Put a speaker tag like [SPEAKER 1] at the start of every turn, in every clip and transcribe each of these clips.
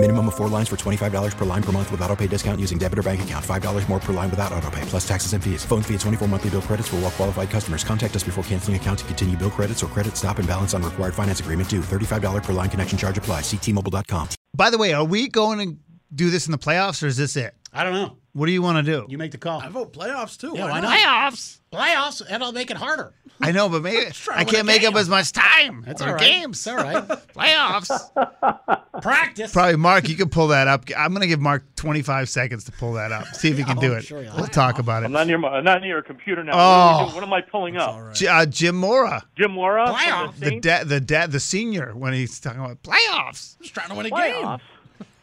[SPEAKER 1] Minimum of four lines for $25 per line per month with auto pay discount using debit or bank account. $5 more per line without auto pay, plus taxes and fees. Phone fee at 24 monthly bill credits for all well qualified customers. Contact us before canceling account to continue bill credits or credit stop and balance on required finance agreement due. $35 per line connection charge apply. Ctmobile.com.
[SPEAKER 2] By the way, are we going to do this in the playoffs or is this it?
[SPEAKER 3] I don't know.
[SPEAKER 2] What do you want to do?
[SPEAKER 3] You make the call.
[SPEAKER 4] I vote playoffs too.
[SPEAKER 3] yeah,
[SPEAKER 4] Why
[SPEAKER 3] why
[SPEAKER 4] not?
[SPEAKER 3] not? Playoffs. Playoffs. That'll make it harder.
[SPEAKER 2] I know, but maybe
[SPEAKER 3] trying
[SPEAKER 2] I
[SPEAKER 3] to
[SPEAKER 2] can't
[SPEAKER 3] win a
[SPEAKER 2] make up
[SPEAKER 3] game.
[SPEAKER 2] as much time.
[SPEAKER 3] That's
[SPEAKER 2] or
[SPEAKER 3] all right.
[SPEAKER 2] games.
[SPEAKER 3] It's all right. Playoffs. Practice.
[SPEAKER 2] Probably Mark, you could pull that up. I'm going to give Mark 25 seconds to pull that up. See if he can
[SPEAKER 3] Yeah,
[SPEAKER 2] do
[SPEAKER 3] I'm
[SPEAKER 2] it.
[SPEAKER 3] Oh, sure he'll
[SPEAKER 2] we'll
[SPEAKER 3] have
[SPEAKER 2] talk about
[SPEAKER 5] I'm
[SPEAKER 2] it.
[SPEAKER 5] not near my, I'm not near a computer now.
[SPEAKER 2] Oh.
[SPEAKER 5] What, are we doing? What am I pulling up?
[SPEAKER 2] J- uh, Jim Mora,
[SPEAKER 5] Jim Mora, from
[SPEAKER 3] Playoff.
[SPEAKER 5] the
[SPEAKER 2] the
[SPEAKER 5] Saints?
[SPEAKER 2] dad, the dad, the senior, when he's talking about playoffs.
[SPEAKER 4] Just trying to win a game.
[SPEAKER 5] Playoff?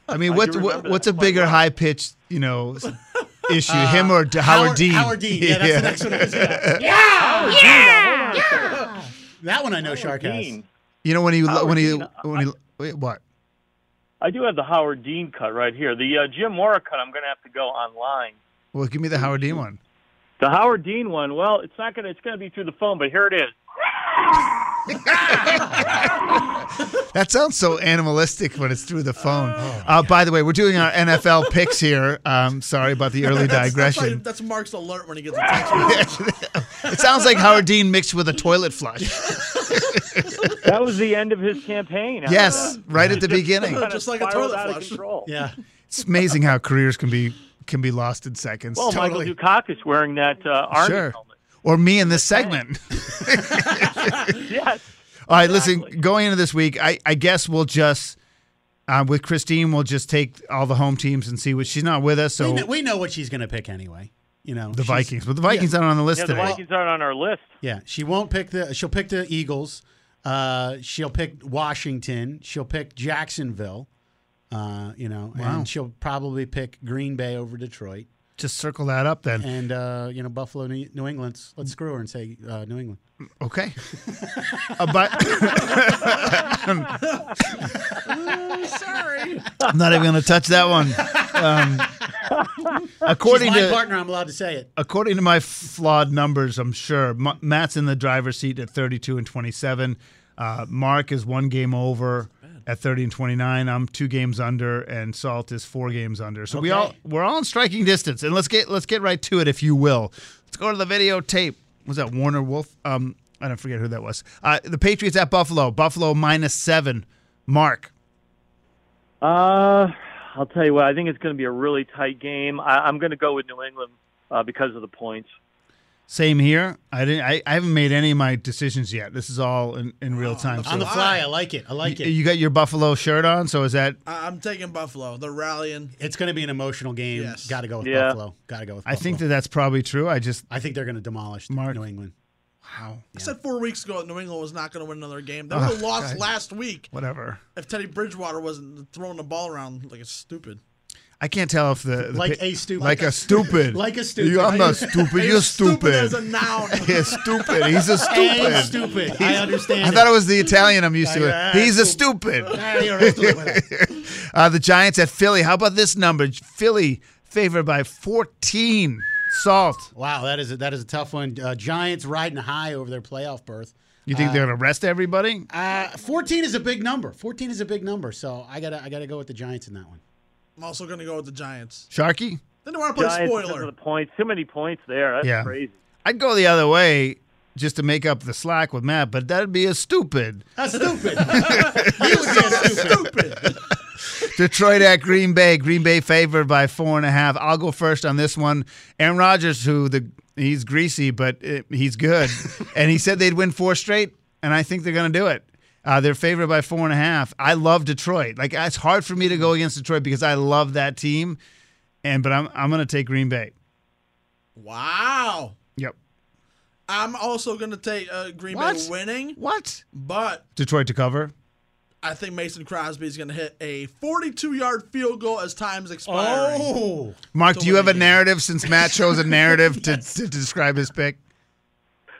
[SPEAKER 2] I mean,
[SPEAKER 5] I
[SPEAKER 2] what,
[SPEAKER 5] do
[SPEAKER 2] what-
[SPEAKER 5] remember
[SPEAKER 2] what's a
[SPEAKER 5] that.
[SPEAKER 2] bigger
[SPEAKER 5] Playoff.
[SPEAKER 2] high pitched, you know, s- issue? Him or D- Howard, Dean?
[SPEAKER 3] Uh, Howard Dean. Yeah, that's the next one. I was gonna- Yeah. Yeah. That one I know Shark has.
[SPEAKER 5] Dean.
[SPEAKER 2] You know when he
[SPEAKER 5] Howard
[SPEAKER 2] when he
[SPEAKER 5] Dean, uh, I-
[SPEAKER 2] when he wait, what?
[SPEAKER 5] I do have the Howard Dean cut right here. The uh, Jim Mora cut, I'm going to have to go online.
[SPEAKER 2] Well, give me the Howard Dean one.
[SPEAKER 5] The Howard Dean one, well, it's not going to, it's going to be through the phone, but here it is.
[SPEAKER 2] That sounds so animalistic when it's through
[SPEAKER 5] Oh.
[SPEAKER 2] the phone. uh, by the way, we're doing our NFL picks here. Um, sorry about the early
[SPEAKER 4] That's, why-
[SPEAKER 2] digression.
[SPEAKER 4] that's Mark's alert when he gets a text. message.
[SPEAKER 2] it sounds like Howard Dean mixed with a toilet flush.
[SPEAKER 5] That was the end of his campaign. After
[SPEAKER 2] Yes,
[SPEAKER 5] that.
[SPEAKER 2] right at the
[SPEAKER 5] It
[SPEAKER 2] beginning.
[SPEAKER 5] kinda
[SPEAKER 4] Just like a
[SPEAKER 5] spiraled
[SPEAKER 4] toilet
[SPEAKER 5] out of
[SPEAKER 4] flush.
[SPEAKER 5] control.
[SPEAKER 3] Yeah.
[SPEAKER 2] It's amazing how careers can be can be lost in seconds.
[SPEAKER 5] Well,
[SPEAKER 2] totally.
[SPEAKER 5] Michael Dukakis wearing that uh, Army
[SPEAKER 2] sure.
[SPEAKER 5] helmet.
[SPEAKER 2] Or me in this segment.
[SPEAKER 5] Yes.
[SPEAKER 2] All right, listen,
[SPEAKER 5] Exactly.
[SPEAKER 2] going into this week, I, I guess we'll just, uh, with Christine, we'll just take all the home teams and see what she's not with us. So
[SPEAKER 3] We, know, we know what she's going to pick anyway. You know
[SPEAKER 2] the
[SPEAKER 3] she's-
[SPEAKER 2] Vikings, but the Vikings aren't on the list
[SPEAKER 5] Yeah, the
[SPEAKER 2] today.
[SPEAKER 5] Vikings aren't on our list.
[SPEAKER 3] Yeah, she won't pick the. She'll pick the Eagles. Uh, she'll pick Washington. She'll pick Jacksonville. Uh, you know,
[SPEAKER 2] Wow.
[SPEAKER 3] and she'll probably pick Green Bay over Detroit,
[SPEAKER 2] just circle that up then.
[SPEAKER 3] and uh, you know Buffalo, New, New England. Let's screw her and say uh, New England.
[SPEAKER 2] Okay. Uh, but
[SPEAKER 4] Sorry.
[SPEAKER 2] I'm not even going to touch that one. Um, according
[SPEAKER 3] She's my
[SPEAKER 2] to
[SPEAKER 3] partner, I'm allowed to say it.
[SPEAKER 2] according to my flawed numbers, I'm sure M- Matt's in the driver's seat at 32 and 27. Uh, Mark is one game over at 30 and 29. I'm two games under, and Salt is four games under. So we
[SPEAKER 3] Okay.
[SPEAKER 2] all we're all in striking distance. And let's get let's get right to it, if you will. Let's go to the videotape. Was that Warner Wolf? Um, I don't forget who that was. Uh, the Patriots at Buffalo. Buffalo minus seven. Mark.
[SPEAKER 5] Uh, I'll tell you what. I think it's going to be a really tight game. I, I'm going to go with New England uh, because of the points.
[SPEAKER 2] Same here. I didn't. I, I haven't made any of my decisions yet. This is all in, in real time.
[SPEAKER 3] On the fly, I like it. I like
[SPEAKER 2] You,
[SPEAKER 3] it.
[SPEAKER 2] you got your Buffalo shirt on, so is that?
[SPEAKER 4] I- I'm taking Buffalo. They're rallying.
[SPEAKER 3] It's going to be an emotional game.
[SPEAKER 4] Yes.
[SPEAKER 3] Got to go with
[SPEAKER 5] Yeah.
[SPEAKER 3] Buffalo. Got to go with.
[SPEAKER 2] I
[SPEAKER 3] Buffalo.
[SPEAKER 2] think that that's probably true. I just
[SPEAKER 3] I think they're going to demolish
[SPEAKER 2] Mark.
[SPEAKER 3] New England.
[SPEAKER 2] wow,
[SPEAKER 4] I said four weeks ago that New England was not going to win another game. They would have lost
[SPEAKER 2] Ah, God.
[SPEAKER 4] last week
[SPEAKER 2] whatever.
[SPEAKER 4] if Teddy Bridgewater wasn't throwing the ball around like it's stupid.
[SPEAKER 2] I can't tell if the, the
[SPEAKER 3] Like
[SPEAKER 2] pi-
[SPEAKER 3] a stupid.
[SPEAKER 2] like a stupid,
[SPEAKER 3] Like a stupid.
[SPEAKER 2] You- I'm not stupid. You're stupid.
[SPEAKER 4] stupid as a noun.
[SPEAKER 2] He's stupid. He's a
[SPEAKER 3] Hey,
[SPEAKER 2] stupid.
[SPEAKER 3] stupid. I understand.
[SPEAKER 2] I thought it was the Italian I'm used to.
[SPEAKER 3] Ah,
[SPEAKER 2] He's a
[SPEAKER 3] stupid.
[SPEAKER 2] stupid.
[SPEAKER 3] Ah, you're a stupid.
[SPEAKER 2] Uh, the Giants at Philly. How about this number? Philly favored by 14. Salt.
[SPEAKER 3] Wow, that is a, that is a tough one. Uh, Giants riding high over their playoff berth.
[SPEAKER 2] You think they're gonna arrest everybody?
[SPEAKER 3] Uh, Fourteen is a big number. Fourteen is a big number. So I gotta I gotta go with the Giants in that one.
[SPEAKER 4] I'm also going to go with the Giants.
[SPEAKER 2] Sharky.
[SPEAKER 4] They don't want to play
[SPEAKER 5] Giants because
[SPEAKER 4] spoiler.
[SPEAKER 5] of the points. Too many points there. That's
[SPEAKER 2] Yeah.
[SPEAKER 5] crazy.
[SPEAKER 2] I'd go the other way just to make up the slack with Matt, but that'd be a stupid.
[SPEAKER 3] That's stupid. you would be a stupid.
[SPEAKER 4] stupid.
[SPEAKER 2] Detroit at Green Bay. Green Bay favored by four and a half. I'll go first on this one. Aaron Rodgers, who the he's greasy, but eh, he's good, and he said they'd win four straight, and I think they're going to do it. Uh, they're favored by four and a half. I love Detroit. Like it's hard for me to go against Detroit because I love that team, and but I'm I'm going to take Green Bay.
[SPEAKER 4] wow.
[SPEAKER 2] Yep.
[SPEAKER 4] I'm also going to take uh, Green
[SPEAKER 2] What?
[SPEAKER 4] Bay winning,
[SPEAKER 2] What?
[SPEAKER 4] but
[SPEAKER 2] Detroit to cover.
[SPEAKER 4] I think Mason Crosby is going to hit a 42 yard field goal as time's expiring.
[SPEAKER 3] Oh,
[SPEAKER 2] Mark,
[SPEAKER 4] To
[SPEAKER 2] do you
[SPEAKER 4] win
[SPEAKER 2] have
[SPEAKER 4] the
[SPEAKER 2] a
[SPEAKER 4] game.
[SPEAKER 2] narrative since Matt chose a narrative to, to describe his pick?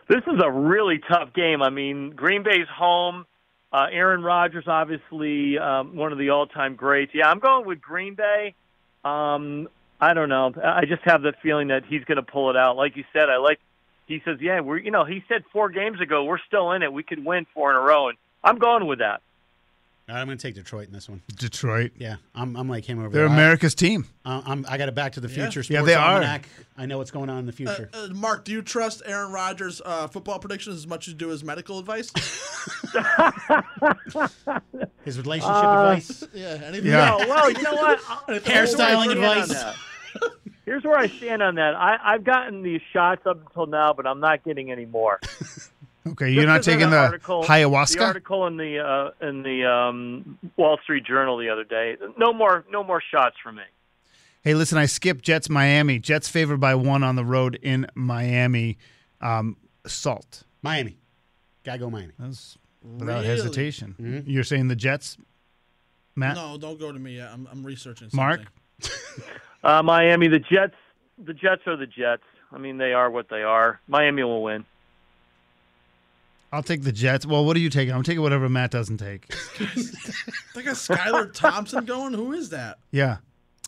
[SPEAKER 5] This is a really tough game. I mean, Green Bay's home. Uh, Aaron Rodgers, obviously um, one of the all-time greats. Yeah, I'm going with Green Bay. Um, I don't know. I I just have the feeling that he's going to pull it out. Like you said, I like. He says, "Yeah, we're you know." He said four games ago, "We're still in it. We could win four in a row." And I'm going with that.
[SPEAKER 3] All right, I'm going to take Detroit in this one.
[SPEAKER 2] Detroit.
[SPEAKER 3] Yeah, I'm, I'm like him over
[SPEAKER 2] They're
[SPEAKER 3] there. I-
[SPEAKER 2] America's team.
[SPEAKER 3] I, I'm, I got a Back to the Future sports
[SPEAKER 2] Yeah, they are.
[SPEAKER 3] almanac. I know what's going on in the future.
[SPEAKER 4] Uh, Mark, do you trust Aaron Rodgers' uh, football predictions as much as you do his medical advice?
[SPEAKER 3] His relationship
[SPEAKER 2] uh,
[SPEAKER 3] advice.
[SPEAKER 4] yeah, anything?
[SPEAKER 2] Yeah.
[SPEAKER 5] Oh, well, you know what?
[SPEAKER 4] Here's where I
[SPEAKER 3] Uh, Hairstyling
[SPEAKER 4] stand
[SPEAKER 3] advice.
[SPEAKER 4] on that.
[SPEAKER 5] Here's where I stand on that. I, I've gotten these shots up until now, but I'm not getting any more.
[SPEAKER 2] Okay, you're not
[SPEAKER 5] Just 'cause of
[SPEAKER 2] taking the
[SPEAKER 5] article,
[SPEAKER 2] ayahuasca.
[SPEAKER 5] The article in the uh, in the um, Wall Street Journal the other day. No more, no more shots for me.
[SPEAKER 2] Hey, listen, I skipped Jets Miami. Jets favored by one on the road in Miami. Um, salt.
[SPEAKER 3] Miami. Gotta go Miami.
[SPEAKER 2] That's without
[SPEAKER 4] Really?
[SPEAKER 2] hesitation.
[SPEAKER 3] Mm-hmm.
[SPEAKER 2] You're saying the Jets, Matt,
[SPEAKER 4] No, don't go to me yet. I'm, I'm researching. Something.
[SPEAKER 2] Mark.
[SPEAKER 5] Uh, Miami, the Jets, the Jets are the Jets. I mean, they are what they are. Miami will win.
[SPEAKER 2] I'll take the Jets. Well, what are you taking? I'm taking whatever Matt doesn't take.
[SPEAKER 4] They got Skylar Thompson going. Who is that?
[SPEAKER 2] Yeah,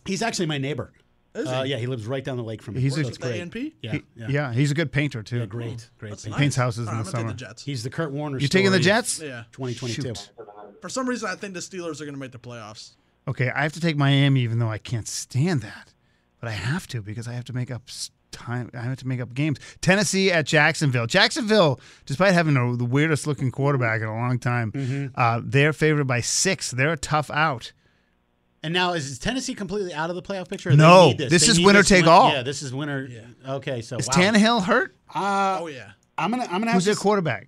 [SPEAKER 3] He's actually my neighbor.
[SPEAKER 4] Is
[SPEAKER 3] Uh,
[SPEAKER 4] he?
[SPEAKER 3] yeah, he lives right down the lake from me.
[SPEAKER 2] He's a-
[SPEAKER 3] so it's
[SPEAKER 4] The
[SPEAKER 3] great.
[SPEAKER 4] ANP?
[SPEAKER 3] Yeah,
[SPEAKER 2] He-
[SPEAKER 3] yeah.
[SPEAKER 2] yeah. He's a good painter too.
[SPEAKER 3] Great, great.
[SPEAKER 2] He
[SPEAKER 3] painter.
[SPEAKER 2] paints houses
[SPEAKER 4] All
[SPEAKER 2] in
[SPEAKER 4] right, I'm
[SPEAKER 2] the
[SPEAKER 4] gonna take
[SPEAKER 2] summer.
[SPEAKER 4] the Jets.
[SPEAKER 3] He's the Kurt Warner.
[SPEAKER 2] You taking the
[SPEAKER 3] story,
[SPEAKER 2] Jets?
[SPEAKER 4] yeah.
[SPEAKER 3] 2022.
[SPEAKER 2] Shoot.
[SPEAKER 4] For some reason, I think the Steelers are going to make the playoffs.
[SPEAKER 2] Okay, I have to take Miami, even though I can't stand that, but I have to because I have to make up s- time. I have to make up games. Tennessee at Jacksonville. Jacksonville, despite having a, the weirdest looking quarterback in a long time,
[SPEAKER 3] Mm-hmm.
[SPEAKER 2] uh, they're favored by six. They're a tough out.
[SPEAKER 3] And now is Tennessee completely out of the playoff picture? or
[SPEAKER 2] No,
[SPEAKER 3] they need this,
[SPEAKER 2] this
[SPEAKER 3] They
[SPEAKER 2] is
[SPEAKER 3] need
[SPEAKER 2] winner
[SPEAKER 3] this
[SPEAKER 2] take
[SPEAKER 3] win-
[SPEAKER 2] all.
[SPEAKER 3] Yeah, this is winner. Okay, so
[SPEAKER 2] Is
[SPEAKER 3] Oh, wow.
[SPEAKER 2] Tannehill hurt?
[SPEAKER 3] Uh,
[SPEAKER 4] Oh yeah.
[SPEAKER 3] I'm gonna, I'm gonna have um,
[SPEAKER 2] Who's
[SPEAKER 3] to
[SPEAKER 2] their quarterback?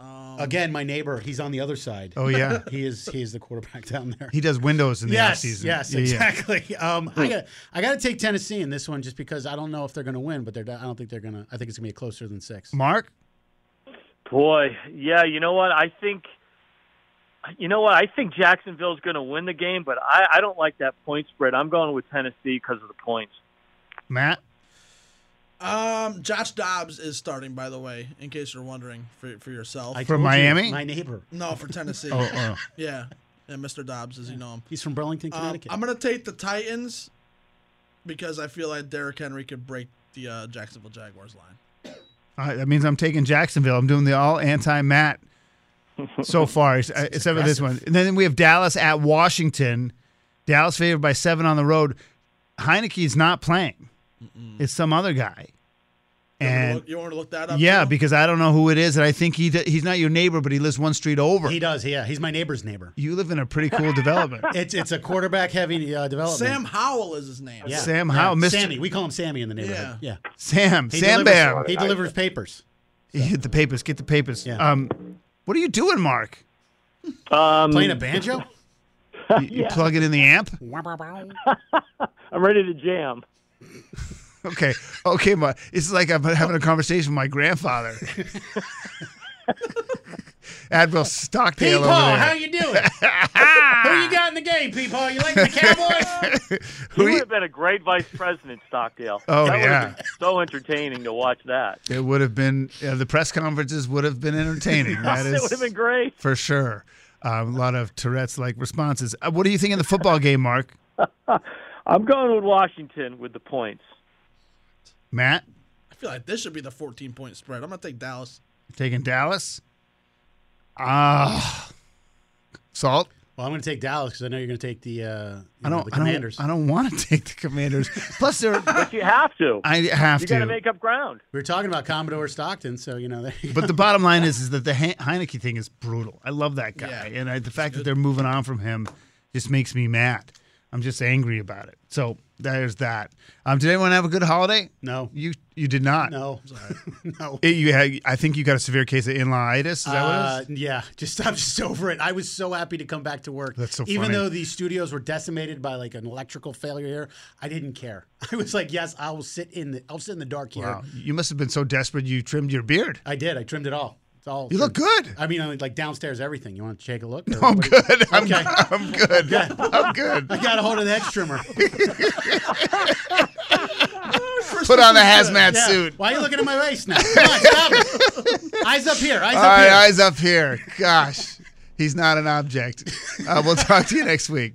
[SPEAKER 3] s- again. My neighbor, he's on the other side.
[SPEAKER 2] Oh yeah,
[SPEAKER 3] he is, he is the quarterback down there.
[SPEAKER 2] he does windows in the
[SPEAKER 3] yes,
[SPEAKER 2] offseason.
[SPEAKER 3] yes,
[SPEAKER 2] Yeah, yeah.
[SPEAKER 3] exactly. Um, I got, I got to take Tennessee in this one just because I don't know if they're gonna win, but they're, I don't think they're gonna. I think it's gonna be closer than six.
[SPEAKER 2] Mark,
[SPEAKER 5] Boy, yeah. You know what? I think. You know what? I think Jacksonville's going to win the game, but I, I don't like that point spread. I'm going with Tennessee because of the points.
[SPEAKER 2] Matt.
[SPEAKER 4] Um, Josh Dobbs is starting, by the way, in case you're wondering for, for yourself.
[SPEAKER 3] I
[SPEAKER 2] From
[SPEAKER 3] told you,
[SPEAKER 2] Miami?
[SPEAKER 3] my neighbor.
[SPEAKER 4] no, for Tennessee.
[SPEAKER 2] Oh,
[SPEAKER 3] uh,
[SPEAKER 2] oh.
[SPEAKER 4] Yeah. Yeah, Mr. Dobbs, as you know him.
[SPEAKER 3] He's from Burlington,
[SPEAKER 4] Um,
[SPEAKER 3] Connecticut.
[SPEAKER 4] I'm going to take the Titans because I feel like Derrick Henry could break the uh, Jacksonville Jaguars
[SPEAKER 2] All
[SPEAKER 4] line.
[SPEAKER 2] right, Uh, that means I'm taking Jacksonville. I'm doing the all anti Matt so far, ex- except for this one. And then we have Dallas at Washington. Dallas favored by seven on the road. Heineke's not playing. It's some other guy.
[SPEAKER 4] You want me to
[SPEAKER 2] And
[SPEAKER 4] look- you want to look that up?
[SPEAKER 2] yeah,
[SPEAKER 4] too?
[SPEAKER 2] because I don't know who it is, and I think he d- he's not your neighbor, but he lives one street over.
[SPEAKER 3] he does. Yeah, he's my neighbor's neighbor.
[SPEAKER 2] you live in a pretty cool development.
[SPEAKER 3] It's it's a quarterback heavy uh, development.
[SPEAKER 4] Sam Howell is his name.
[SPEAKER 3] Yeah.
[SPEAKER 2] Sam
[SPEAKER 3] yeah.
[SPEAKER 2] Howell, Mr.
[SPEAKER 3] Sammy. We call him Sammy in the neighborhood. Yeah.
[SPEAKER 2] Sam,
[SPEAKER 3] He
[SPEAKER 2] Sam
[SPEAKER 3] delivers-
[SPEAKER 2] Bear.
[SPEAKER 3] He delivers papers.
[SPEAKER 2] Get the papers. Get the papers.
[SPEAKER 3] Yeah.
[SPEAKER 2] Um, what are you doing, Mark?
[SPEAKER 5] Um,
[SPEAKER 3] Playing a banjo?
[SPEAKER 2] You, you plugging in the amp?
[SPEAKER 5] I'm ready to jam.
[SPEAKER 2] Okay, okay, my it's like I'm having a conversation with my grandfather, Admiral Stockdale
[SPEAKER 3] Peepaw,
[SPEAKER 2] over there.
[SPEAKER 3] how you doing? Who you got in the game, Peepaw? You like the Cowboys?
[SPEAKER 2] Who
[SPEAKER 5] You
[SPEAKER 2] you-
[SPEAKER 5] would have been a great vice president, Stockdale.
[SPEAKER 2] Oh,
[SPEAKER 5] that would have
[SPEAKER 2] yeah.
[SPEAKER 5] been so entertaining to watch that.
[SPEAKER 2] it would have been uh, the press conferences would have been entertaining. That
[SPEAKER 5] It would have
[SPEAKER 2] is
[SPEAKER 5] been great.
[SPEAKER 2] for sure. Um, a lot of Tourette's-like responses. Uh, what do you think of the football game, Mark?
[SPEAKER 5] I'm going with Washington with the points.
[SPEAKER 2] Matt
[SPEAKER 4] I feel like this should be the 14 point spread. I'm going to take Dallas.
[SPEAKER 2] taking Dallas. Ah, salt.
[SPEAKER 3] Well, I'm going to take Dallas because I know you're going to take the, uh, you
[SPEAKER 2] I
[SPEAKER 3] know,
[SPEAKER 2] don't. I
[SPEAKER 3] the
[SPEAKER 2] don't.
[SPEAKER 3] Commanders.
[SPEAKER 2] I don't want to take the Commanders. Plus, they're.
[SPEAKER 5] You have to.
[SPEAKER 2] I have
[SPEAKER 5] you
[SPEAKER 2] to.
[SPEAKER 5] got to make up ground.
[SPEAKER 3] We were talking about Commodore Stockton, so, you know, there you go.
[SPEAKER 2] But the bottom line is, is that the He- Heineke thing is brutal. I love that guy,
[SPEAKER 4] Yeah,
[SPEAKER 2] and I, the fact that they're moving on from him just makes me mad. I'm just angry about it. So there's that. Um, did anyone have a good holiday?
[SPEAKER 3] No.
[SPEAKER 2] you you did not.
[SPEAKER 3] No. no.
[SPEAKER 2] It- you had. I think you got a severe case of in-lawitis. Is that what
[SPEAKER 3] Uh,
[SPEAKER 2] it is?
[SPEAKER 3] yeah, just I'm just over it. I was so happy to come back to work.
[SPEAKER 2] That's so
[SPEAKER 3] Even
[SPEAKER 2] funny.
[SPEAKER 3] though the studios were decimated by like an electrical failure here, I didn't care. I was like, yes, I will sit in the I'll sit in the dark here.
[SPEAKER 2] Wow. You must have been so desperate you trimmed your beard.
[SPEAKER 3] I did. I trimmed it all. It's all.
[SPEAKER 2] You look
[SPEAKER 3] trimmed.
[SPEAKER 2] good.
[SPEAKER 3] Uh, I mean, I mean, like downstairs, everything. You want to take a look? or
[SPEAKER 2] I'm
[SPEAKER 3] what do you-
[SPEAKER 2] good. I'm,
[SPEAKER 3] Okay.
[SPEAKER 2] I'm good. I'm good.
[SPEAKER 3] I got a hold of the hedge trimmer.
[SPEAKER 2] Put on a hazmat
[SPEAKER 3] Yeah.
[SPEAKER 2] suit.
[SPEAKER 3] Why are you looking at my waist now? Come on, stop it. Eyes up here. Eyes
[SPEAKER 2] All
[SPEAKER 3] up
[SPEAKER 2] right,
[SPEAKER 3] here.
[SPEAKER 2] eyes up here. Gosh. He's not an object. Uh, we'll talk to you next week.